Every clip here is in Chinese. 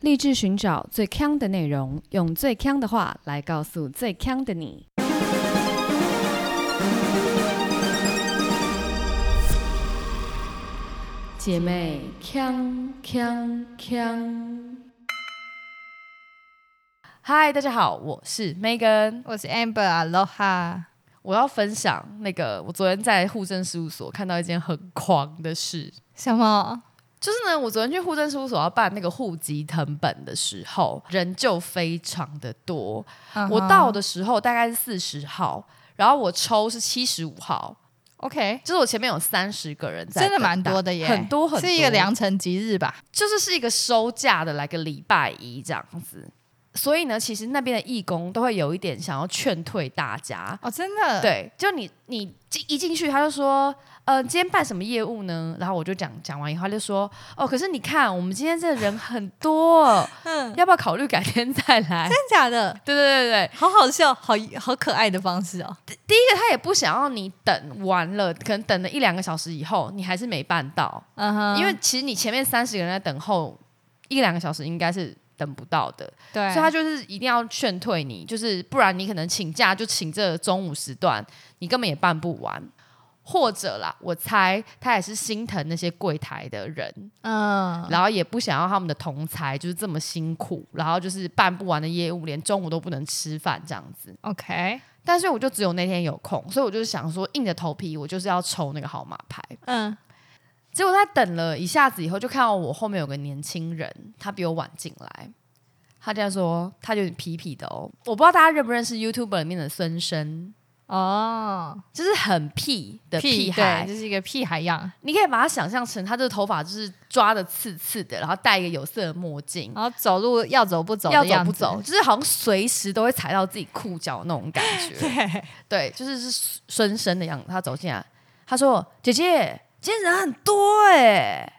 立志寻找最强的内容，用最强的话来告诉最强的你。姐妹，强强强！嗨，大家好，我是 Megan，我是 Amber Aloha，我要分享那个我昨天在户政事务所看到一件很狂的事。什么？就是呢，我昨天去户政事务所要办那个户籍成本的时候，人就非常的多。嗯我到的时候大概是四十号，然后我抽是七十五号， OK，就是我前面有三十个人在，真的蛮多的耶，很多很多，是一个良辰吉日吧？就是是一个收假的来个礼拜一这样子。所以呢，其实那边的义工都会有一点想要劝退大家，哦，真的，，对，呃就你你进一进去，他就说，呃，今天办什么业务呢？然后我就讲讲完以后，他就说，哦，可是你看，我们今天这人很多， 嗯，要不要考虑改天再来？ 真假的，对对对对，好好笑，好好可爱的方式哦。这个他也不想要你等完了，可能等了一两个小时以后，你还是没办到，嗯哼，因为其实你前面三十个人在等候一两个小时，应该是等不到的，对，所以他就是一定要劝退你，就是不然你可能请假就请这中午时段，你根本也办不完。或者啦，我猜他也是心疼那些柜台的人，嗯，然后也不想要他们的同才就是这么辛苦，然后就是办不完的业务，连中午都不能吃饭这样子。 OK，但是我就只有那天有空，所以我就是想说，硬着头皮，我就是要抽那个号码牌。嗯，结果他等了一下子以后，就看到我后面有个年轻人，他比我晚进来。他这样说，他有点痞痞的哦。我不知道大家认不认识 YouTube 里面的孙生，哦，就是很屁的屁对，孩。就是一个屁孩样，你可以把他想象成他的头发就是抓的刺刺的，然后戴一个有色的墨镜，然后走路要走不走，哦要走不走，，就是好像随时都会踩到自己裤脚那种感觉。 对，对，就是是孙生的样子。他走进来，他说：“姐姐，今天人很多哎、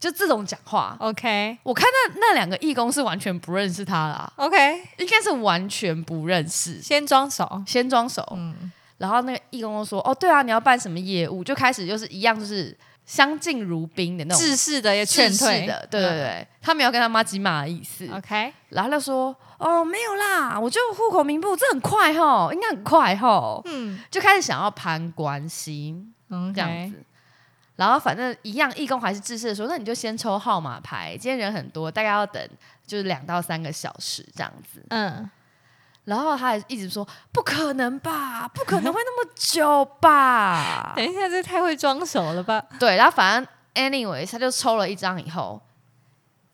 就这种讲话。 OK。我看那那两个义工是完全不认识他啦， OK，应该是完全不认识，先装熟，先装熟。嗯，然后那个义工就说：“哦，对啊，你要办什么业务？”就开始就是一样，就是相敬如宾的那种制式的也制劝式退的，对对对，他没有跟他妈鸡骂的意思。嗯，OK，然后他就说：“哦，没有啦，我就户口名簿，这很快吼，应该很快吼。”嗯就开始想要攀关系，OK，这样子。然后反正一样，义工还是自私的说，那你就先抽号码牌，今天人很多，大概要等就是两到三个小时这样子。嗯，然后他还一直说不可能吧，不可能会那么久 吧？等一下，这太会装熟了吧？对，然后反正 anyway，他就抽了一张以后，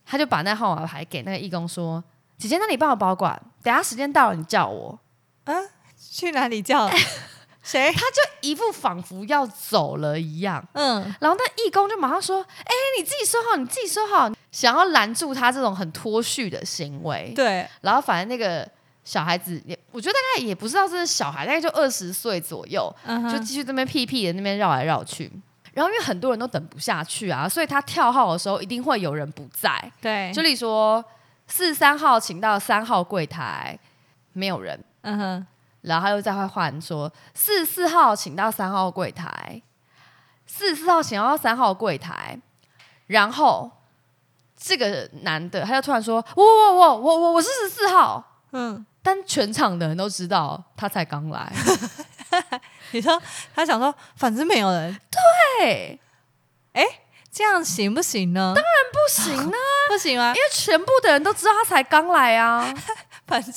他就把那号码牌给那个义工说：“姐姐，那你帮我保管，等下时间到了你叫我。 去哪里 叫？谁”？他就一副仿佛要走了一样。嗯，然后那义工就马上说：“哎、你自己收好，你自己收好。”想要拦住他这种很脱序的行为。对，然后反正那个小孩子也，我觉得大概也不知道这是小孩，大概就二十岁左右，嗯就哼，继续这边屁屁的那边绕来绕去。然后因为很多人都等不下去啊，所以他跳号的时候一定会有人不在。对，就例如说四三号请到三号柜台，没有人，嗯哼，然后他又再会换说四四号请到三号柜台，四四号请到三号柜台，然后这个男的他就突然说我我我我我我是十四号，嗯，但全场的人都知道他才刚来，你说他想说，反正没有人， 对，这样行不行呢？当然不行 啊，不行啊因，为全部的人都知道他才刚来啊，反正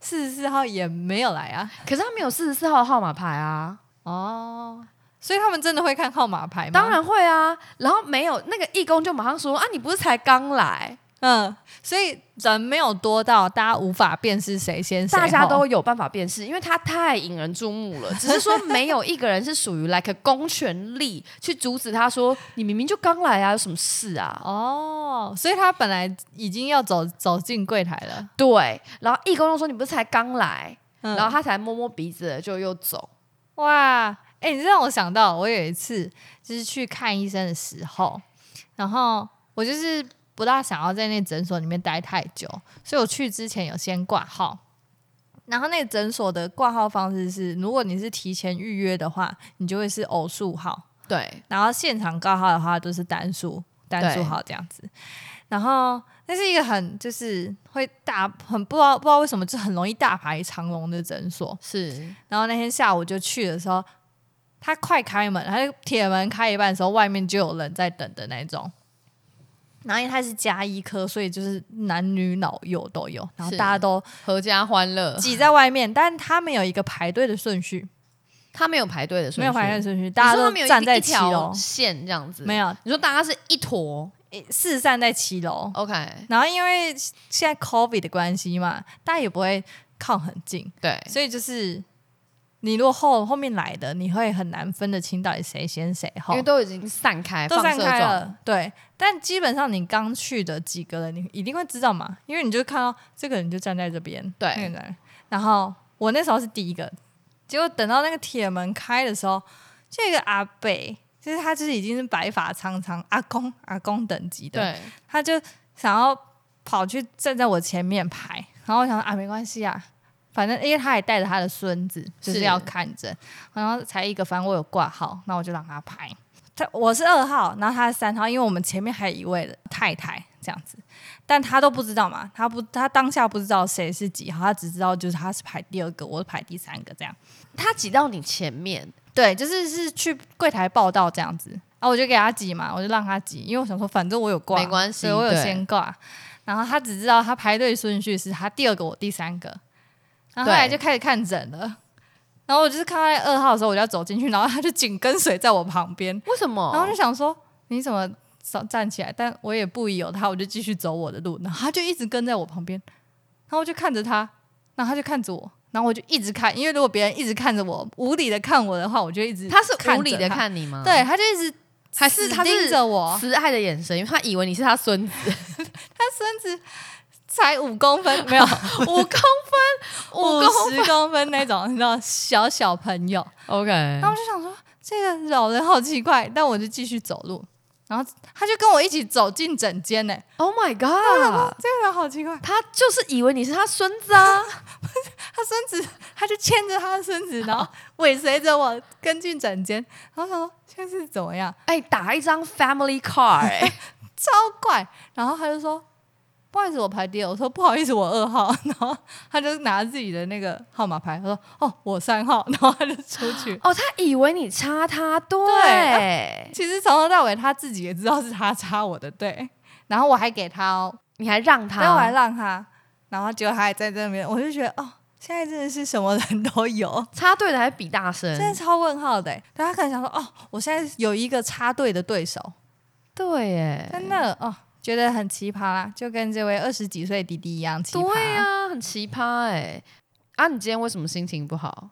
四十四号也没有来啊。可是他没有四十四号的号码牌啊，哦，所以他们真的会看号码牌吗？当，然会啊，然后没有那个义工就马上说啊，你不是才刚来，嗯，所以人没有多到大家无法辨识谁先谁后，大家都有办法辨识，因为它太引人注目 了。只是说没有一个人是属于 like 公权力去阻止他说，你明明就刚来啊，有什么事啊？哦，所以他本来已经要走走进柜台了，对，然后义工就说你不是才刚来，嗯然后他才摸摸鼻子就又走。哇，哎、你这让我想到，我有一次就是去看医生的时候，然后我就是不大想要在那诊所里面待太久，所以我去之前有先挂号。然后那个诊所的挂号方式是，如果你是提前预约的话，你就会是偶数号；对，然后现场挂号的话，都是单数单数号这样子。然后那是一个很就是会大很不知道不知道为什么就很容易大排长龙的诊所。是然后那天下午就去的时候，他快开门，他就铁门开一半的时候，外面就有人在等的那种。然后因为他是加医科，所以就是男女老幼都有，然后是大家都合家欢乐，挤在外面，但他们有一个排队的顺序，他没有排 队的顺序，没有排队的顺序，你大家说他都们有一站在一七条楼，线这样子，没有。有，你说大家是一坨四站在七楼。 ，OK，然后因为现在 COVID 的关系嘛，大家也不会靠很近，对，所以就是你如果后后面来的，你会很难分得清到底谁先谁后因为，都已经散开，都放散射开状，了。对，但基本上你刚去的几个人，你一定会知道嘛，因为你就看到这个人就站在这边，对那个人然后我那时候是第一个，结果等到那个铁门开的时候，这个阿北。就是他，就是已经是白发苍苍阿公阿公等级的，对，他就想要跑去站在我前面排，然后我想说啊，没关系啊，反正因为他也带着他的孙子，就是是要看诊，然后才一个，反正我有挂号，那我就让他排。他我是二号，然后他是三号，因为我们前面还有一位的太太这样子，但他都不知道嘛，他不他当下不知道谁是几号，他只知道就是他是排第二个，我是排第三个这样。他挤到你前面，对，就是是去柜台报到这样子。啊，我就给他挤嘛，我就让他挤，因为我想说，反正我有挂，没关系所以我有对先挂。然后他只知道他排队顺序是他第二个，我第三个。然后后来对就开始看诊了。然后我就是看到在二号的时候，我就要走进去，然后他就紧跟随在我旁边。为什么？然后就想说，你怎么站站起来？但我也不疑有他，我就继续走我的路。然后他就一直跟在我旁边，然后我就看着他，然后他就看着我，然后我就一直看，因为如果别人一直看着我，无理的看我的话，我就一直他是看无理着的他，嗯看你吗？哦对，，他就一直还是他盯是着我，慈爱的眼神，因为他以为你是他 孙子，才五公分， 没有五公分，五公嗯十公分那种，你知道小小朋友。 ，OK，然后我就想说，这个老人好奇怪，但我就继续走路。然后他就跟我一起走进诊间呢、 Oh my god！这个人好奇怪，他就是以为你是他孙子啊，他孙子， 他就牵着他的孙子，然后尾随着我跟进诊间，然后想说现在是怎么样，哎、打一张 family card，哎、 超怪。然后他就说不好意思，我排第二。我说不好意思，我二号。 然后他就拿自己的那个号码牌，他说哦，我三号。然后他就出 去。哦，他以为你插他哎队，对其实从头到尾他自己也知道是他插我的队，然后我还给他哦，你还让他，但我还让他，然后结果他还在这边，我就觉得哦，现在真的是什么人都有。插队的还比大声，真的超问号的欸、但他可能想说，哦，我现在有一个插队的对手，对，哎，真的哦，觉得很奇葩啦，就跟这位二十几岁弟弟一样奇葩。对啊，很奇葩哎、啊，你今天为什么心情不好？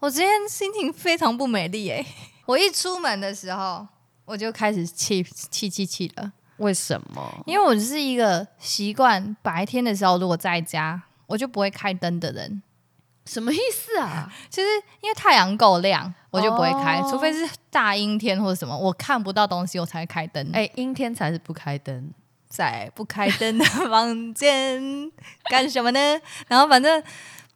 我今天心情非常不美丽哎、 我一出门的时候我就开始气气气气了，为什么？因为我是一个习惯白天的时候如果在家我就不会开灯的人，什么意思啊？就是因为太阳够亮我就不会开，哦除非是大阴天或者什么我看不到东西我才会开灯。哎、阴天才是不开灯，在不开灯的 房间干什么呢？然后反正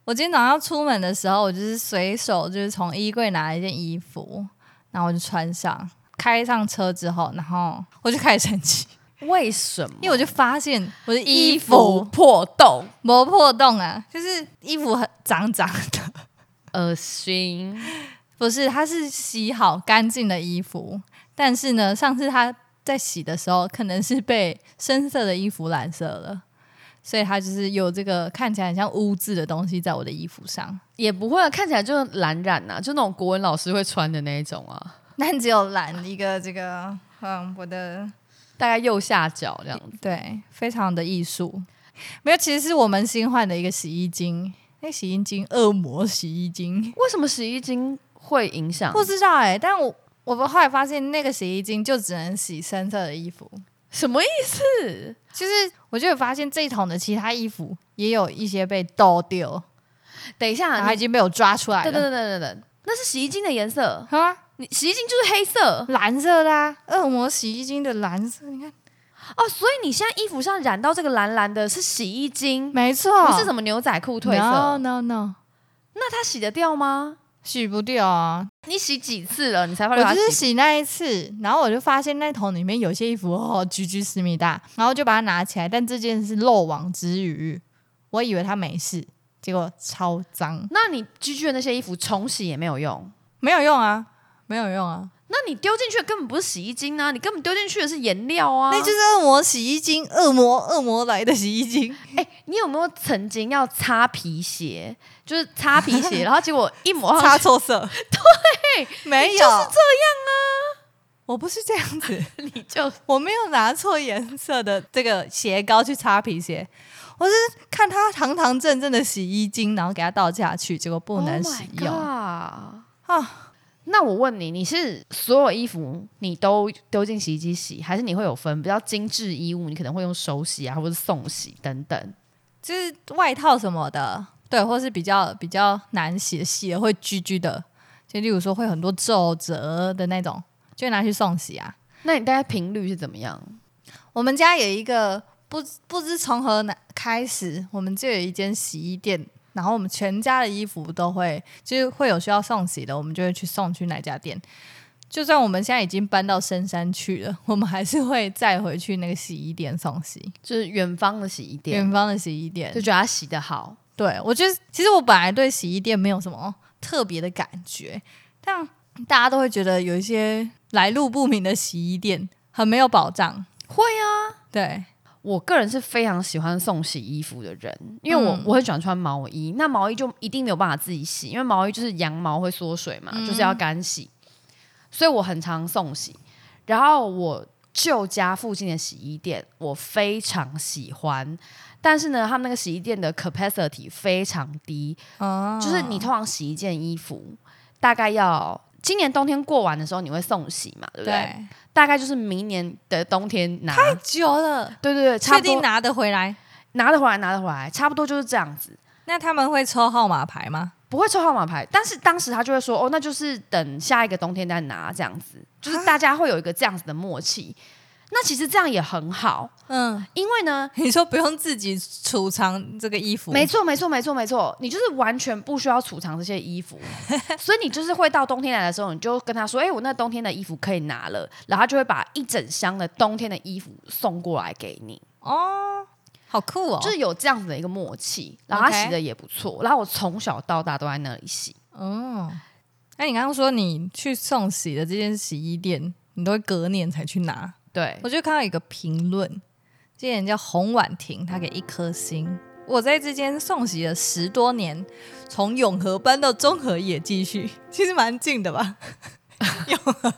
我今天早上出门的时候，我就是随手就是从衣柜拿了一件衣服，然后我就穿上。开上车之后，然后我就开始生气，为什么？因为我就发现我的衣衣服服破洞，磨破洞啊，就是衣服很脏脏的，恶心。不是，它是洗好干净的衣服，但是呢，上次它在洗的时候，可能是被深色的衣服染色了，所以它就是有这个看起来很像污渍的东西在我的衣服上，也不会啊，看起来就是蓝染呐、就那种国文老师会穿的那一种啊，但只有染一个这个，嗯，我的大概右下角这样子。对，非常的艺术。没有，其实是我们新换的一个洗衣精，那洗衣精恶魔洗衣精，为什么洗衣精会影响？不知道哎、但我我后来发现那个洗衣精就只能洗深色的衣服。什么意思？就是我就有发现这一桶的其他衣服也有一些被倒掉，等一然下，后它已啊你经被我抓出来等等了。等等等等，那是洗衣精的颜色，啊，你洗衣精就是黑色蓝色的、啊，恶魔洗衣精的蓝色，你看，哦，所以你现在衣服上染到这个蓝蓝的是洗衣精，没错，不是什么牛仔裤褪色， No No No，那它洗得掉吗？洗不掉啊。你洗几次了，你才发我现它就是洗洗那一次，然后我就发现那桶里面有些衣服哦，橘橘思密达，然后就把它拿起来，但这件是漏网之鱼，我以为它没事，结果超脏，那你居居的那些衣服重洗也没有用，没有用啊，没有用啊，那你丢进去的根本不是洗衣精啊，你根本丢进去的是颜料啊。那就是恶魔洗衣精，恶魔恶魔来的洗衣精，哎、你有没有曾经要擦皮鞋，就是擦皮鞋，然后结果一抹上擦去，错色，哦 对，没有，就是这样啊，我不是这样 子。你就我没有拿错颜色的这个鞋膏去擦皮鞋，我是看它堂堂正正的洗衣精，然后给它倒下去，结果不能使用 Oh my god 啊！那我问你，你是所有衣服你都丢进洗衣机洗，还是你会有分比较精致衣物，你可能会用手洗啊，或者送洗等等？就是外套什么的，对，或是比较比较难洗，洗了会焗焗的，就例如说会很多皱褶的那种，就拿去送洗啊。那你大概频率是怎么样？我们家有一个不不知从何哪开始，我们就有一间洗衣店，然后我们全家的衣服都会，就是会有需要送洗的，我们就会去送去那家店。就算我们现在已经搬到深山去了，我们还是会再回去那个洗衣店送洗。就是远方的洗衣店，远方的洗衣店就，觉得它洗的好。对我觉得其实我本来对洗衣店没有什么特别的感觉，但大家都会觉得有一些来路不明的洗衣店很没有保障。会啊，对，我个人是非常喜欢送洗衣服的人，因为我、嗯我很喜欢穿毛衣，那毛衣就一定没有办法自己洗，因为毛衣就是羊毛会缩水嘛，就是嗯要干洗，所以我很常送洗。然后我舅家附近的洗衣店，我非常喜欢，但是呢，他们那个洗衣店的 capacity 非常低，哦就是你通常洗一件衣服大概要今年冬天过完的时候你会送洗嘛，对不对？对。大概就是明年的冬天拿。久了，对对对，差确不多定拿得回来。拿得回来，拿得回来，差不多就是这样子，那他们会抽号码牌吗？不会抽号码牌。但是当时他就会说，哦，那就是等下一个冬天再拿这样子，就是大家会有一个这样子的默契。那其实这样也很好，嗯，因为呢，你说不用自己储藏这个衣服，没错，没错，没错，没错，你就是完全不需要储藏这些衣服， 所以你就是会到冬天来的时候，你就跟他说，哎、我那冬天的衣服可以拿了，然后他就会把一整箱的冬天的衣服送过来给你。哦，好酷哦，就是有这样子的一个默契，然后他 OK 洗的也不错，然后我从小到大都在那里洗，嗯。那你刚刚说你去送洗的这间洗衣店，你都会隔年才去拿。对，我就看到一个评论，这人叫洪婉婷，她给一颗星。我在这间送洗了十多年，从永和搬到中和也继续， 其实蛮近的吧。永和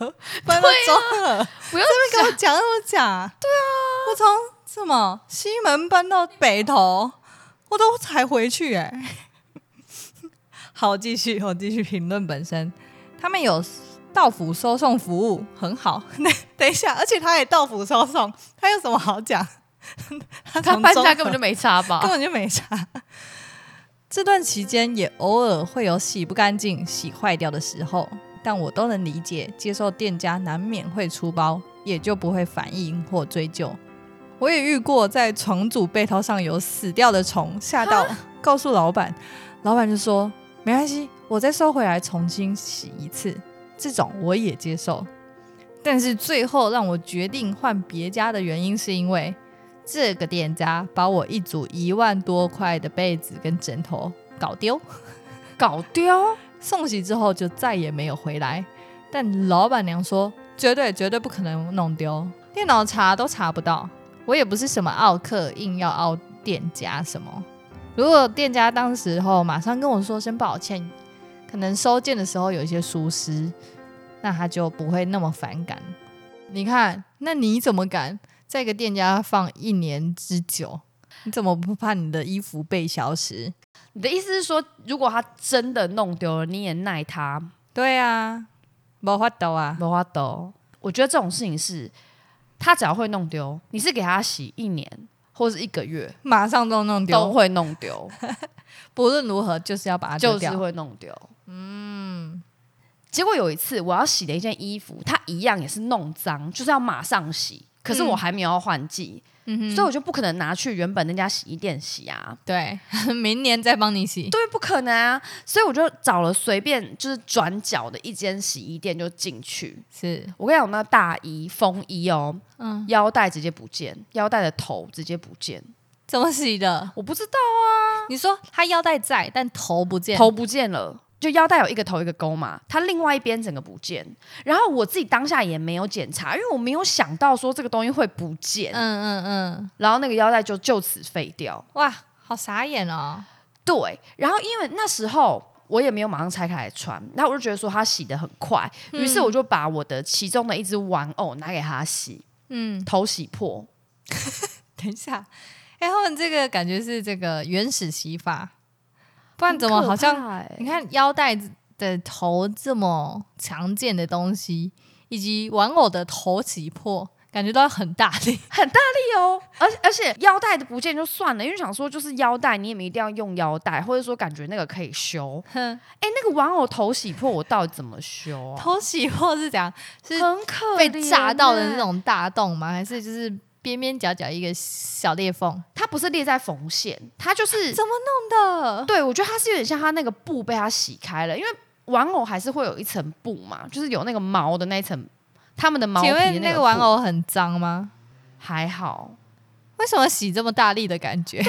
搬到中和，不用这边跟我讲那么假、对啊，我从什么西门搬到北投，我都才回去欸哎、 好，继续，我继续评论本身，他们有到府收送服务，很好。 等一下，而且他也到府收送，他有什么好讲？ 他他从搬中家根和本就没差根 吧？本就没差。这段期间也偶尔会有洗不干净、洗坏掉的时候，但我都能理解，接受店家难免会出包，也就不会反应或追究。我也遇过在床组被套上有死掉的虫，吓到告诉老板，老板就说没关系，我再收回来重新洗一次。这种我也接受，但是最后让我决定换别家的原因是因为这个店家把我一组一万多块的被子跟枕头搞丢，搞丢，送洗之后就再也没有回来。但老板娘说，绝对绝对不可能弄丢，电脑查都查不到。我也不是什么奥客，硬要奥店家什么。如果店家当时候马上跟我说声抱歉，可能收件的时候有一些疏失，那他就不会那么反感。你看，那你怎么敢在一个店家放一年之久？你怎么不怕你的衣服被消失？你的意思是说，如果他真的弄丢了，你也奈他对啊，没法度啊。没法抖？我觉得这种事情是，他只要会弄丢，你是给他洗一年或是一个月，马上都弄都丢，会弄丢，不论如何就是要把它就丢是掉。会弄丢。嗯，结果有一次我要洗的一件衣服，它一样也是弄脏，就是要马上洗，可是我还没有要换季，嗯所以我就不可能拿去原本那家洗衣店洗啊，对， 明年再帮你洗。对，不可能啊，所以我就找了随便就是转角的一间洗衣店就进去。是，我跟你讲，我那大衣、风衣哦，嗯，腰带直接不见，腰带的头直接不见，怎么洗的？我不知道你说他腰带在，但头不见，头不见了。就腰带有一个头一个钩嘛，它另外一边整个不见。然后我自己当下也没有检查，因为我没有想到说这个东西会不见，嗯嗯嗯，然后那个腰带就就此废掉。哇，好傻眼哦。对，然后因为那时候我也没有马上拆开来穿，那我就觉得说它洗的很快，于是我就把我的其中的一只玩偶拿给他洗，嗯，头洗破。等一下，哎、他们这个感觉是这个原始洗法，不然怎么很可好像怕欸你看腰带的头这么常见的东西，以及玩偶的头起破，感觉到很大力。很大哎力哦，而而且腰带的不见就算了，因为想说就是腰带，你也没一定要用腰带，或者说感觉那个可以修。哼哎，那个玩偶头洗破，我到底怎么修啊？头起破是怎样？是很可被怜炸到的欸那，种大洞吗？还是就是边边角角一个小裂缝？它不是裂在缝线，它 就是怎么弄的？对，我觉得它是有点像它那个布被它洗开了，因为玩偶还是会有一层布嘛，就是有那个毛的那一层，他们的毛皮请的问那个玩布偶很脏吗？还好。为什么洗这么大力的感觉？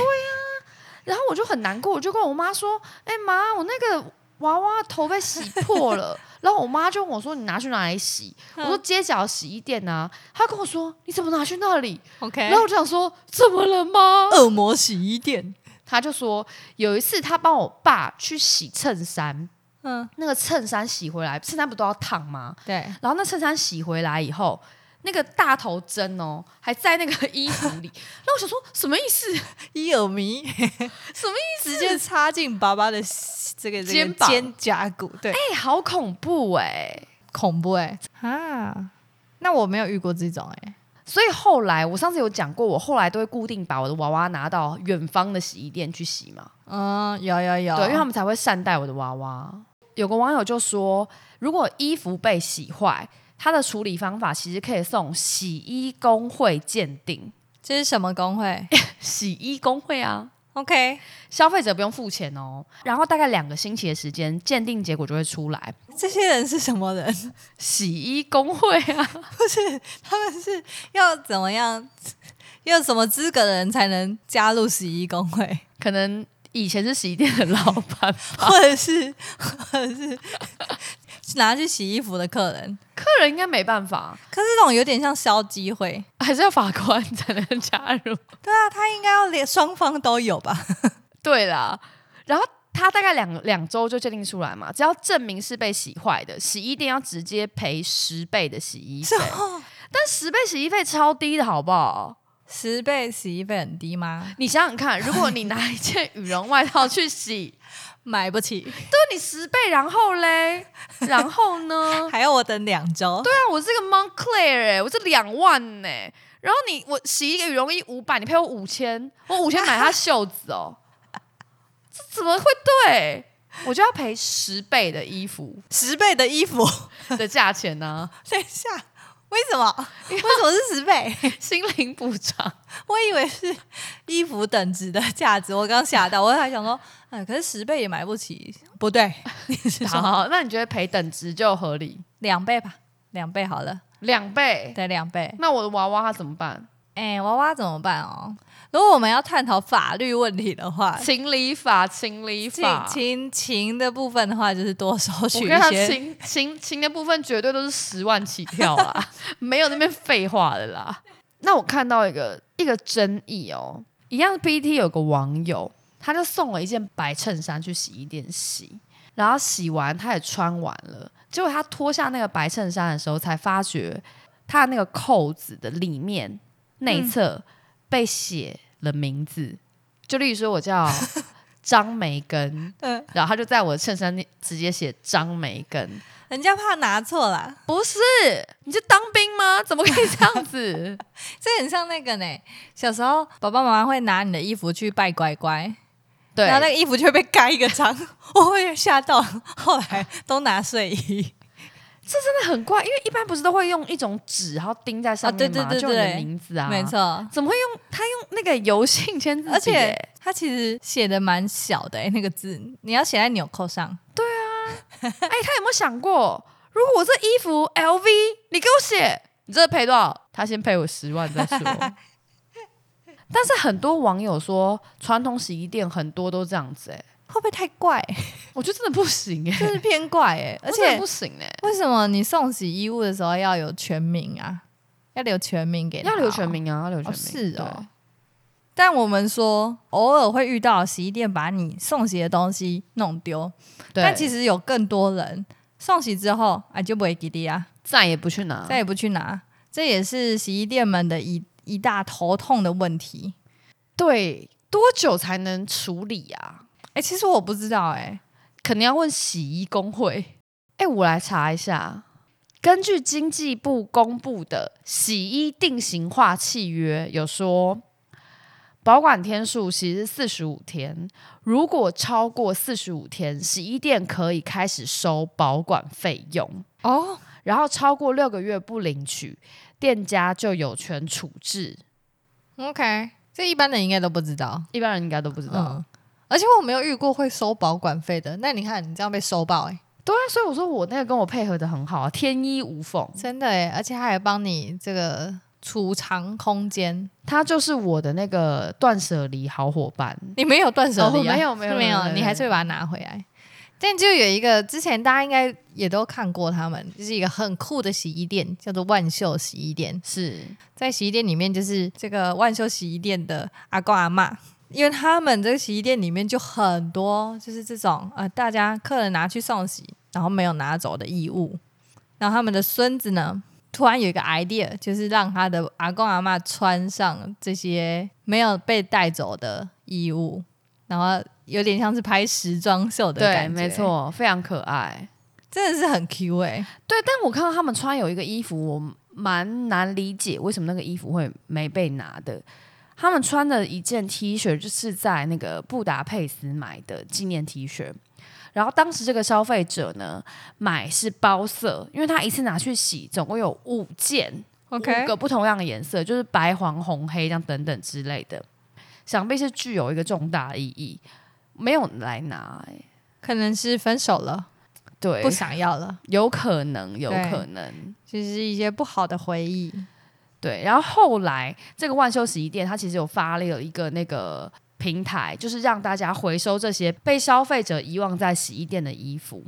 然后我就很难过，我就跟我妈说：“哎、妈，我那个娃娃头被洗破了。”然后我妈就问我说：“你拿去哪里洗？”我说：“街角洗衣店啊。”她跟我说：“你怎么拿去那里？” OK，然后我就想说：“怎么了吗恶魔洗衣店，？”她就说：“有一次她帮我爸去洗衬衫，嗯，那个衬衫洗回来，衬衫不都要烫吗？对，然后那衬衫洗回来以后，那个大头针哦还在那个衣服里。然后我想说什么意 思？哎伊尔 迷什么意直接插进爸爸的这个这个肩膀肩胛骨，对，思？哎、好恐怖哎、恐怖哎、啊！那我没有遇过这种哎、所以后来我上次有讲过，我后来都会固定把我的娃娃拿到远方的洗衣店去洗嘛，嗯，有有有，对，因为他们才会善待我的娃娃。有个网友就说，如果衣服被洗坏，它的处理方法其实可以送洗衣工会鉴定，这是什么工 会洗衣工会啊，哎？OK，消费者不用付钱哦。然后大概两个星期的时间，鉴定结果就会出来。这些人是什么人？洗衣工会啊， 他们是要怎么样？ 要什么资格的人才能加入洗衣工 会，可能以前是洗衣店的老板，或者是或者是拿去洗衣服的客人？客人应该没办法，可是这种有点像消基会，还是要法官才能加入。对啊，他应该要连双方都有吧？对啦，然后他大概两两周就鉴定出来嘛，只要证明是被洗坏的，洗衣店要直接赔十倍的洗衣费什。么？但十倍洗衣费超低的好不好？ 十倍洗衣费很低吗？你想想看，如果你拿一件羽绒外套去洗，买不起， 那你十倍，然后嘞，然后呢？还要我等两周。对对啊，我这个 Montclair 哎、我这两万呢、欸然后你我洗一个羽绒衣五百，你赔我五千，我五千买它袖子哦， 这怎么会对？我就要赔十倍的衣服十倍的衣服，的价钱啊呢、 等一下，为什么？为什么是十倍？ 心灵补偿。我以为是衣服等值的价值，我刚吓到，我还想说，哎，可是十倍也买不起，不对，你是好说好，那你觉得赔等值就合理？两倍吧？两倍好了，两倍？对，两倍。那我的娃娃它怎么办？哎，娃娃怎么办哦？如果我们要探讨法律问题的话，情理法，情理情法。情情的部分的话，就是多收取我一跟他 些。情情情的部分绝对都是十万起跳 啦，没有那边废话的啦。那我看到一个一个争议哦，一样 PT 有个网友，他就送了一件白衬衫去洗衣店洗，然后洗完他也穿完了，结果他脱下那个白衬衫的时候，才发觉他的那个扣子的里面内侧被写了名字，就例如说我 叫张梅根，嗯然后他就在我的衬衫里直接写张梅根，人家怕拿错啦，不是？你是当兵吗？ 怎么可以这样 子？这很像那个呢。小时候，爸爸妈妈会拿你的衣服去拜乖乖，对，然后那个衣 服就会被盖一个章，我会吓到。后来都拿睡衣，真的很怪，因为一般不是都会用一种纸，然后钉在上啊面对嘛，对对就你的对名字啊，没。错。怎么会用他用那个油性签字 笔欸？而且它其实写的蛮小的、欸，那个字你要写在纽扣上，哎、他有没有想过，如果我这衣服 LV，你给我写，你这赔多少？他先赔我十万再说。 但是很多网友说，传统洗衣店很多都这样子、哎，会不会太怪？我觉得真的不行哎、就是偏怪哎、而我真的且不行哎、为什么你送洗衣物的时候要有全名啊？要留全名给他要哦留全名啊，要留全名、哦，是对哦。。但我们说，偶尔会遇到洗衣店把你送洗的东西弄丢，对，但其实实有更多人送洗之后，哎就不会给你啊，再也不去拿，再也不去拿。这也是洗衣店们的一一大头痛的问题。对多久才能处理啊？哎，其实我不知道哎、肯定要问洗衣工会。哎，我来查一下，根据经济部公布的洗衣定型化契约，有说保管天数其实四十五天，如果超过四十五天，洗衣店可以开始收保管费用，哦，然后超过六个月不领取，店家就有权处置。 OK，这一般人应该都不知道。一般人应该都不知道。嗯，而且我没有遇过会收保管费的。那你看，你这样被收爆哎、对啊，所以我说我那个跟我配合的很好啊，天衣无缝。真的哎、而且他还帮你这个储藏空间。他就是我的那个断舍离好伙伴。你没有断舍离、啊哦没有没有没没有，有你还是会把它拿回来。但就有一个之前大家应该也都看过，他们就是一个很酷的洗衣店，叫做万秀洗衣店。是，在洗衣店里面，就是这个万秀洗衣店的阿公阿嬷，因为他们这个洗衣店里面就很多就是这种呃，大家客人拿去送洗，然后没有拿走的衣物，然后他们的孙子呢，突然有一个 idea，就是让他的阿公阿嬷穿上这些没有被带走的衣物，然后有点像是拍时装秀的对，感觉，没，错，非常可爱。真的是很 Q 哎、对，但我看到他们穿有一个衣服，我蛮难理解为什么那个衣服会没被拿的。他们穿的一件 T 恤，就是在那个布达佩斯买的纪念 T 恤。然后当时这个消费者呢，买是包色，因为他一次拿去洗，总共有五件。 OK，五个不同样的颜色，就是白、黄、红、黑这样等等之类的，想必是具有一个重大意义。没有人来拿、欸，可能是分手了，对不，想要了。有可能，有对可能，就是一些不好的回忆。对。然后后来这个万秀洗衣店，它其实有发力了一个那个平台，就是让大家回收这些被消费者遗忘在洗衣店的衣服。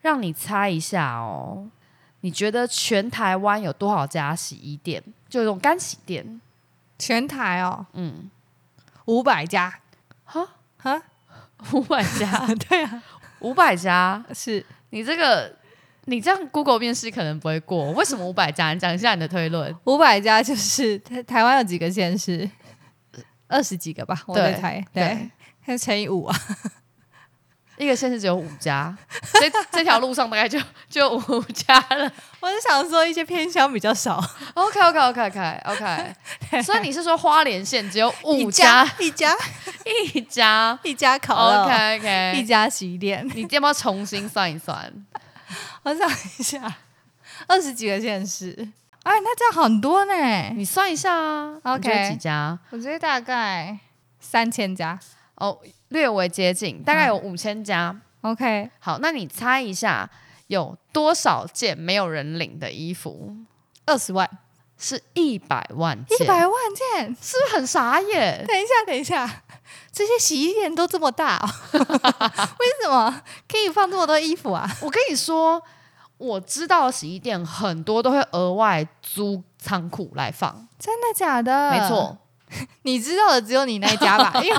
让你猜一下哦，你觉得全台湾有多少家洗衣店？就这种干洗店，全台哦，嗯，五百家，哈哈，五百家， 对啊，五百家，是你这个，你这样 Google 面试可能不会过。为什么五百家？你讲一下你的推论。五百家，就是台台湾有几个县市？二十几个吧，我在对猜， 对对，还乘以五啊，一个县市只有五家， 这这条路上大概就 就有五家了。我是想说一些偏乡比较少， OK OK OK OK OK，所以你是说花莲县只有五一家一家一家一家烤肉？OK 一 OK，家洗衣店，你要不要重新算一算？我想一下，二十几个县市，哎，那这样很多呢，你算一下啊哎 OK 你觉得几家？我觉得大概三千家哦，略微接近，大概有五千家。 ，OK，好，那你猜一下有多少件没有人领的衣服？二十万，是一百万件，一百万件，是不是很傻眼？等一下，等一下，这些洗衣店都这么大、 哦，为什么可以放这么多衣服啊？我跟你说，我知道的洗衣店很多都会额外租仓库来放，真的假的？没，错，你知道的只有你那一家 吧，因为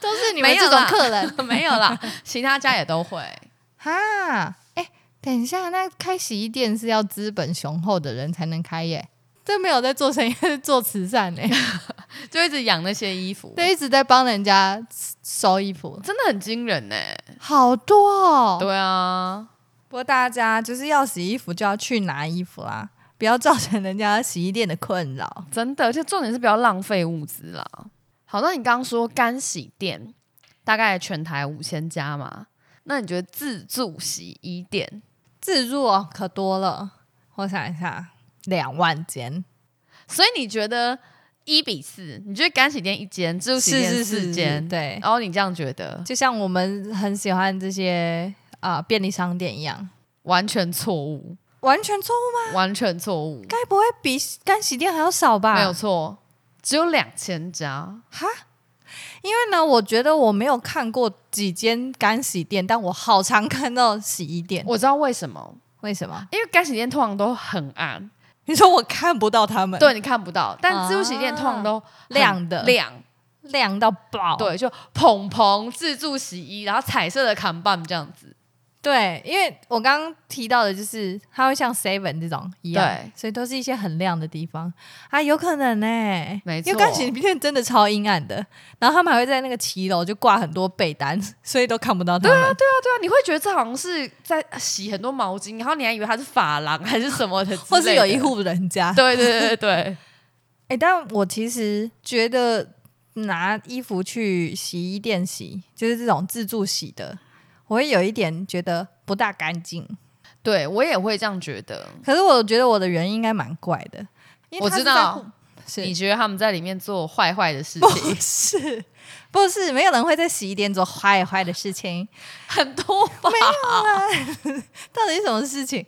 都是你们没有这种啦客人 没有啦，其他家也都会。哈。哎、等一下，那开洗衣店是要资本雄厚的人才能开耶。这没有在做生意， 是做慈善哎、 就一直养那些衣服，对，一直在帮人家收衣服，真的很惊人呢、好多哦。对啊，不过大家就是要洗衣服就要去拿衣服啦，不要造成人家洗衣店的困扰。真的，而且重点是不要浪费物资啦。好，那你刚刚说干洗店大概全台五千家嘛？那你觉得自助洗衣店自自助哦可多了，我想一下，两万间，所以你觉得一比四？你觉得干洗店一间，自助洗店四间，对，然后你这样觉得，就像我们很喜欢这些啊、便利商店一样，完全错误，完全错误吗？完全错误，该不会比干洗店还要少吧？没有错，只有两千家。哈，因为呢，我觉得我没有看过几间干洗店，但我好常看到洗衣店。我知道为什么，为什么？因为干洗店通常都很暗，你说我看不到他们，对你看不到，但自助洗店通常都很啊亮的亮，亮到爆。对，就蓬蓬自助洗衣，然后彩色的扛棒这样子，对，因为我刚刚提到的就是它会像 Seven 这种一样对，所以都是一些很亮的地方啊，有可能呢、欸没错因为干洗店真的超阴暗的，然后他们还会在那个骑楼就挂很多被单，所以都看不到他们。对啊，你会觉得这好像是在洗很多毛巾，然后你还以为它是发廊还是什么的之类的，或是有一户人家，对，对对对对，哎、但我其实觉得拿衣服去洗衣店洗，就是这种自助洗的，我会有一点觉得不大干净。 对我也会这样觉得。可是我觉得我的原因应该蛮怪的，因为我他知是在道户，是你觉得他们在里面做坏坏的事不情是不是，没有人会在洗衣店做坏坏的事情， 很多吧？到底是什么事情？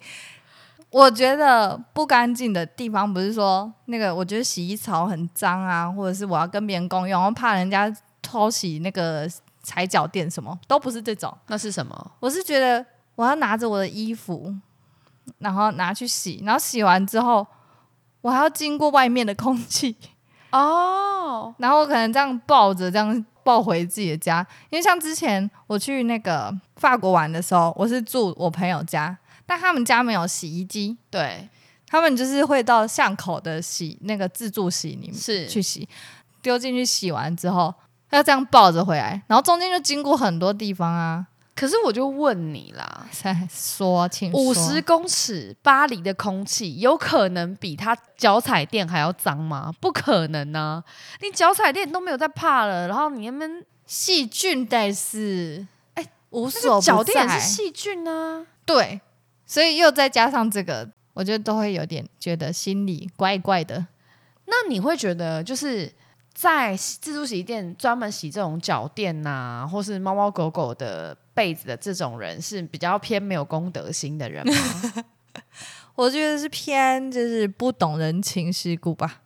我觉得不干净的地方，不是说那个，我觉得洗衣槽很脏啊，或者是我要跟别人共用，我怕人家偷洗那个踩脚垫什么，都不是这种。那是什么？我是觉得我要拿着我的衣服，然后拿去洗，然后洗完之后，我还要经过外面的空气，哦，然后我可能这样抱着，这样抱回自己的家。因为像之前我去那个法国玩的时候，我是住我朋友家，但他们家没有洗衣机，对，他们就是会到巷口的洗那个自助洗里面是去洗，丢进去洗完之后。要这样抱着回来，然后中间就经过很多地方啊。可是我就问你啦，再说，请说五十公尺巴黎的空气有可能比它脚踩垫还要脏吗？不可能呢、你脚踩垫都没有在怕了，然后你那边细菌但是，哎、无那个所脚不垫也在，是细菌啊。对，所以又再加上这个，我觉得都会有点觉得心里怪怪的。那你会觉得就是在洗自助洗衣店专门洗这种脚垫呐，或是猫猫狗狗的被子的这种人是比较偏没有公德心的人吗？ 我觉得是偏就是不懂人情世故吧，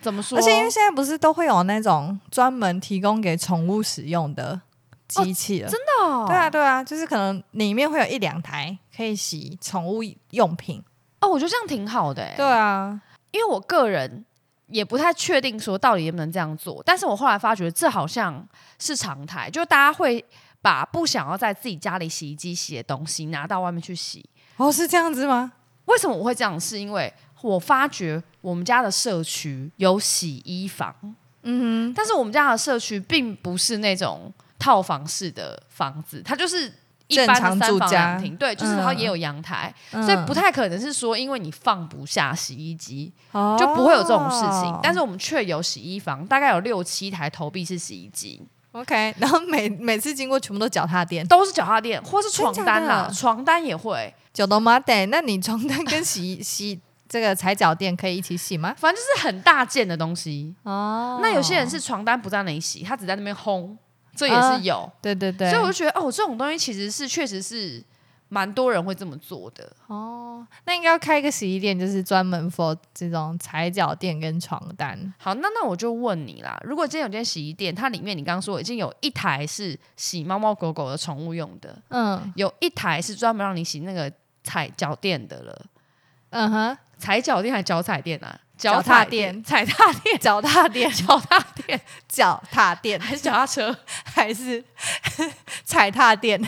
怎么说？而且因为现在不是都会有那种专门提供给宠物使用的机器了，真真的哦对啊对啊，就是可能里面会有一两台可以洗宠物用品，哦，我觉得这样挺好的、欸。对啊，因为我个人也不太确定说到底能不能这样做，但是我后来发觉这好像是常态，就大家会把不想要在自己家里洗衣机洗的东西拿到外面去洗。哦是这样子吗？为什么我会这样？是因为我发觉我们家的社区有洗衣房，嗯但是我们家的社区并不是那种套房式的房子，它就是。一般正常的三住房家两厅，对，就是嗯然后也有阳台，哼，所以不太可能是说因为你放不下洗衣机，嗯就不会有这种事情。哦但是我们却有洗衣房，大概有六七台投币式洗衣机， OK，然后 每每次经过全部都脚踏垫，都是脚踏垫或是床单真假啦，的床单也会，脚都麻得。那你床单跟洗洗这个踩脚垫可以一起洗吗？反正就是很大件的东西。哦那有些人是床单不在那里洗，他只在那边烘，这也是有。对对啊对，所以我就觉得哦，这种东西其实是确实是蛮多人会这么做的。哦，那应该要开一个洗衣店，就是专门 for 这种踩脚垫跟床单。好，那那我就问你啦，如果今天有间洗衣店，它里面你刚刚说已经有一台是洗猫猫狗狗的宠物用的，嗯有一台是专门让你洗那个踩脚垫的了。嗯哼，踩脚垫还是脚踩垫啊？脚踏踩垫、踩踏垫、脚踏垫、脚踏垫脚踏垫还是脚踏车？还是 踩踏垫、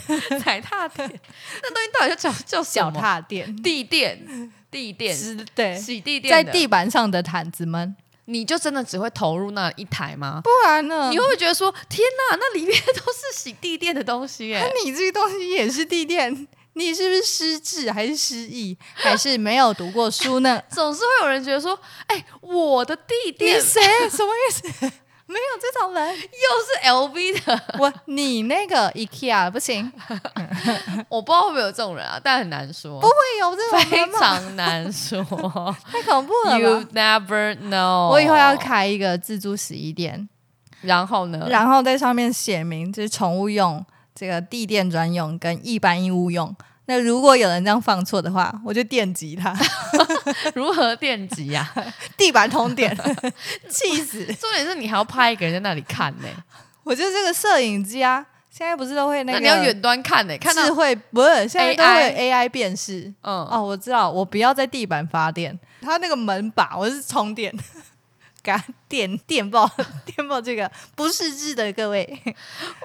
踩踏垫， 那东西到底叫叫叫什脚么踏垫地垫、地垫、之对，洗地在垫的，地板上的毯子们。你就真的只会投入那一台吗？不嗯然呢？你会不会觉得说，天哪，那里面都是洗地垫的东西 耶、那你这个东西也是地垫， 你是不是失智还是失忆，还是没有读过书呢？总是会有人觉得说，哎、我的地 你垫谁？什么意思？ 没有这种人，又是 LV 的， 我你那个 IKEA 不行，我不知道会不会有这种人啊，但很难说，会有这种 非人吗？常难说。 太恐怖了 You 吧！ never know。我以后要，开一个自助洗衣店，然后呢？然后在上面写明就是宠物用、这个地垫专用跟一般衣物用。那如果有人这样放错的话，我就电击 他，如何电击 呀、啊？地板通电， 气死！重点是你还要拍一个人在那里看呢、我就是这个摄影机啊，现在不是都会那个你要远端看呢、看智到慧不是现在都会有 AI 辨识。嗯哦，我知道，我不要在地板发电，它那个门把我是充电， 给它电电爆 电爆这个不是智的各位，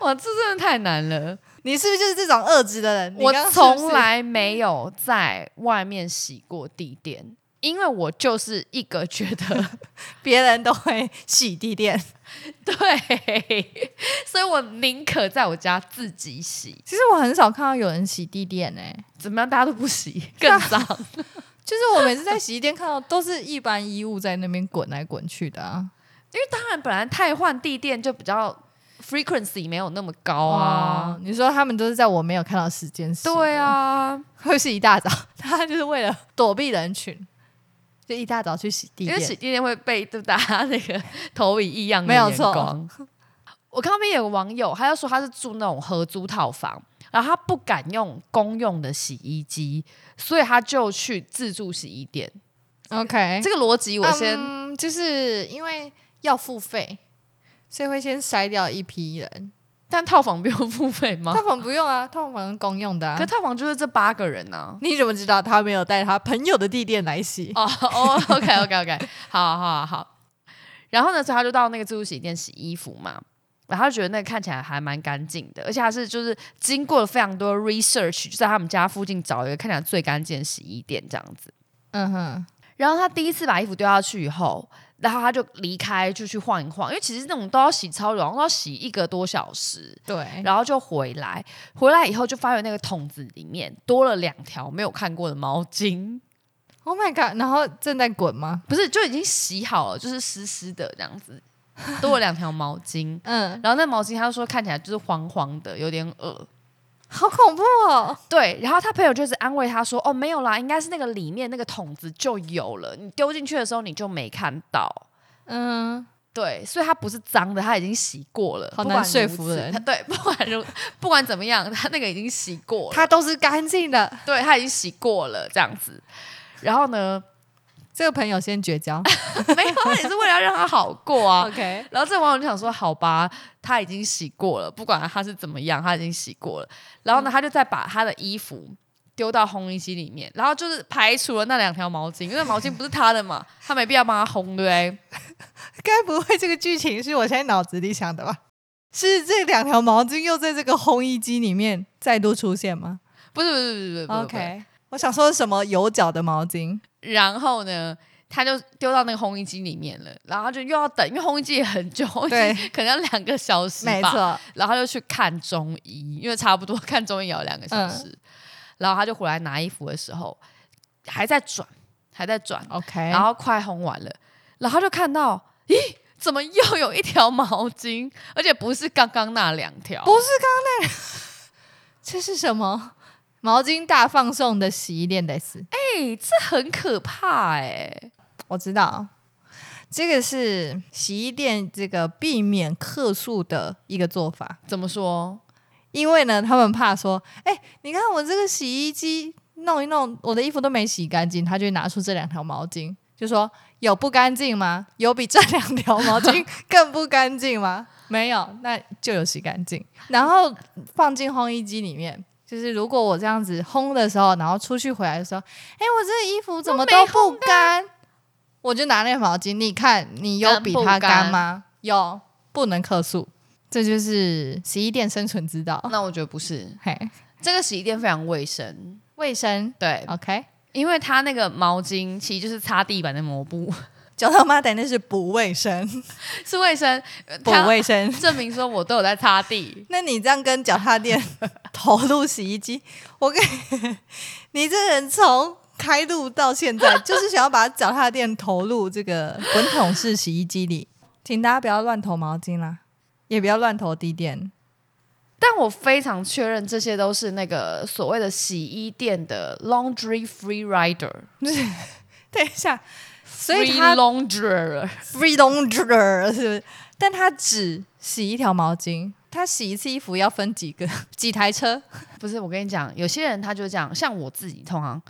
哇，这真的太难了。你是不是就是这种恶质的人？你我刚刚是不是从来没有在外面洗过地垫，因为我就是一个觉得 别人都会洗地垫，对，所以我宁可在我家自己洗。其实我很少看到有人洗地欸垫诶、怎么样，大家都不 洗，更脏。就是我每次在洗衣店看到都是一般衣物在那边滚来滚去的啊。因为当然，本来太换地垫就比较 frequency 没有那么高啊。 哦，你说他们都是在我没有看到时间洗，对，啊，会是一大早， 他就是为了躲避人群，就一大早去洗地因为垫。洗地垫会被对大家那个投以异样的没有眼错光。我看到那边有个网友，他就说他是住那种合租套房，然后他不敢用公用的洗衣机，所以他就去自助洗衣店。 OK，这个逻辑我先、嗯就是因为要付费，所以会先筛掉一批人。但套房不用付费吗？套房不用啊，套房是公用的、啊可。套房就是这八个人啊呢、你怎么知道他没有带他朋友的地垫来洗？哦哦，OK OK OK，好 好好。然后呢，所以他就到那个自助洗衣店洗衣服嘛，然后他就觉得那个看起来还蛮干净的，而且他是就是经过了非常多 research，就在他们家附近找一个看起来最干净的洗衣店这样子。嗯哼，然后他第一次把衣服丢下去以后，然后他就离开，就去晃一晃，因为其实那种都要洗超久，然后都要洗一个多小时。对，然后就回来，回来以后就发现那个桶子里面多了两条没有看过的毛巾。 Oh my god！然后正在滚吗？不是就已经洗好了，就是湿湿的这样 子，多了两条毛巾。嗯，然后那毛巾，他就说看起来就是黄黄的，有点恶。好恐怖哦！对，然后他朋友就是安慰他说：“哦，没有啦，应该是那个里面那个桶子就有了，你丢进去的时候你就没看到。嗯，”对，所以它不是脏的，它已经洗过了。好不难管说如服此人他 对，不管如不管怎么样，他那个已经洗过了。它都是干净的。对他已经洗过了这样子。然后呢， 这个朋友先绝交。没有，啊他也是为了要让他好过啊。 OK，然后这个网友就想说：“好吧，他已经洗过了，不管他是怎么样，他已经洗过了。”然嗯后呢，他就再把他的衣服丢到烘衣机里面，然后就是排除了那两条毛巾，因为毛巾不是他的嘛，他没必要帮他烘，对不对？该不会这个剧情是我现在脑子里想的吧？ 是这两条毛巾又在这个烘衣机里面再度出现吗不是不是不是不是不是不是？OK，我想说什么有脚的毛巾？然后呢，他就丢到那个烘衣机里面了，然后他就又要等，因为烘衣机也很久，烘衣机 对可能要两个小时吧。没错，然后他就去看中医，因为差不多看中医也要两个小时。嗯然后他就回来拿衣服的时候，还在转，还在转， OK，然后快烘完了，然后他就看到，咦，怎么又有一条毛巾？而且不是刚刚那两条，不是这是什么？毛巾大放送的洗衣店的事，哎、哎，这很可怕哎、我知道，这个是洗衣店这个避免客诉的一个做法。怎么说？因为呢，他们怕说，哎、你看我这个洗衣机弄一弄，我的衣服都没洗干净，他就拿出这两条毛巾，就说有不干净吗？有比这两条毛巾 更不干净吗？没有，那就有洗干净，然后放进烘衣机里面。就是如果我这样子烘的时候，然后出去回来的时候，哎、我这衣服怎么都不干，我就拿那个毛巾，你看你有比它干吗？有，不能客诉，这就是洗衣店生存之道。那我觉得不是，嘿，这个洗衣店非常卫生，卫生对， ，OK，因为它那个毛巾其实就是擦地板的抹布， 九头妈等那是不卫生，是卫生，呃 不它卫生。证明说我都有在擦地。那你这样跟脚踏垫投入洗衣机， 我跟你这人从开 路到现在，就是想要把脚踏垫投入这个滚筒式洗衣机里。请大家不要乱投毛巾啦，也不要乱投地垫。但我非常确认，这些都是那个所谓的洗衣店的 laundry free rider，等一下，所以 free 它 launderer。 free launderer 是不是？但它只洗一条毛巾，它洗一次衣服要分几个几台车？不是，我跟你讲，有些人他就这样，像我自己，通常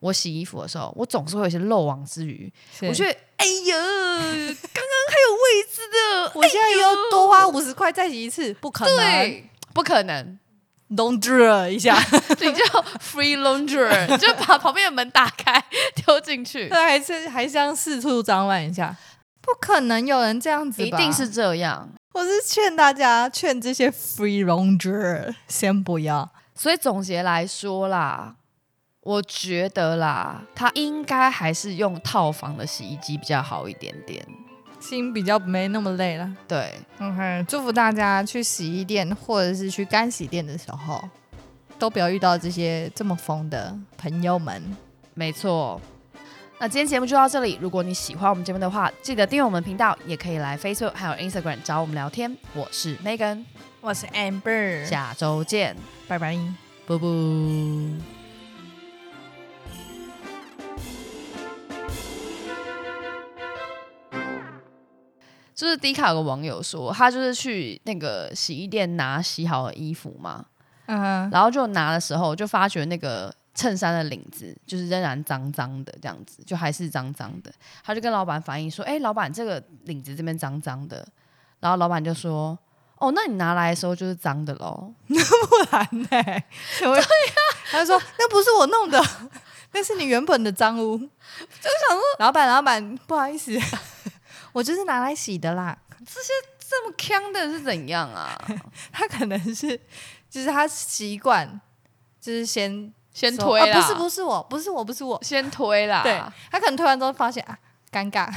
我洗衣服的时候，我总是会有一些漏网之鱼，我觉得得哎呦，刚刚还有位置的，我现在要多花五十块再洗一次，不可能对，不可能， launderer 一下，你就 free launderer，就把旁边的门打开丢进去，他还是还像四处张望一下，不可能有人这样子一吧？定是这样。我是劝大家，劝这些 free ranger 先不要。所以总结来说啦，我觉得啦，他应该还是用套房的洗衣机比较好一点点。心比较没那么累了。对， OK，祝福大家去洗衣店或者是去干洗店的时候，都不要遇到这些这么疯的朋友们。没错。那今天节目就到这里。如果你喜欢我们节目的话，记得订阅我们频道，也可以来 Facebook 还有 Instagram 找我们聊天。我是 Megan，我是 Amber，下周见，拜拜。啵啵。就是迪卡有个网友说，他就是去那个洗衣店拿洗好的衣服嘛，嗯，然后就拿的时候就发觉那个衬衫的领子就是仍然脏脏的，这样子就还是脏脏的。他就跟老板反映说：“哎、老板，这个领子这边脏脏的。”然后老板就说：“哦，那你拿来的时候就是脏的喽。不然呢、欸对啊呀、他就说那不是我弄的，那是你原本的脏污。就想说，老板，老板，不好意思，我就是拿来洗的啦。”这么呛的是怎样啊？他可能是，就是他习惯，就是先先说啊推啦，啊不是不是我，不是我，不是我。先推啦。对，他可能推完之后发现啊，尴尬，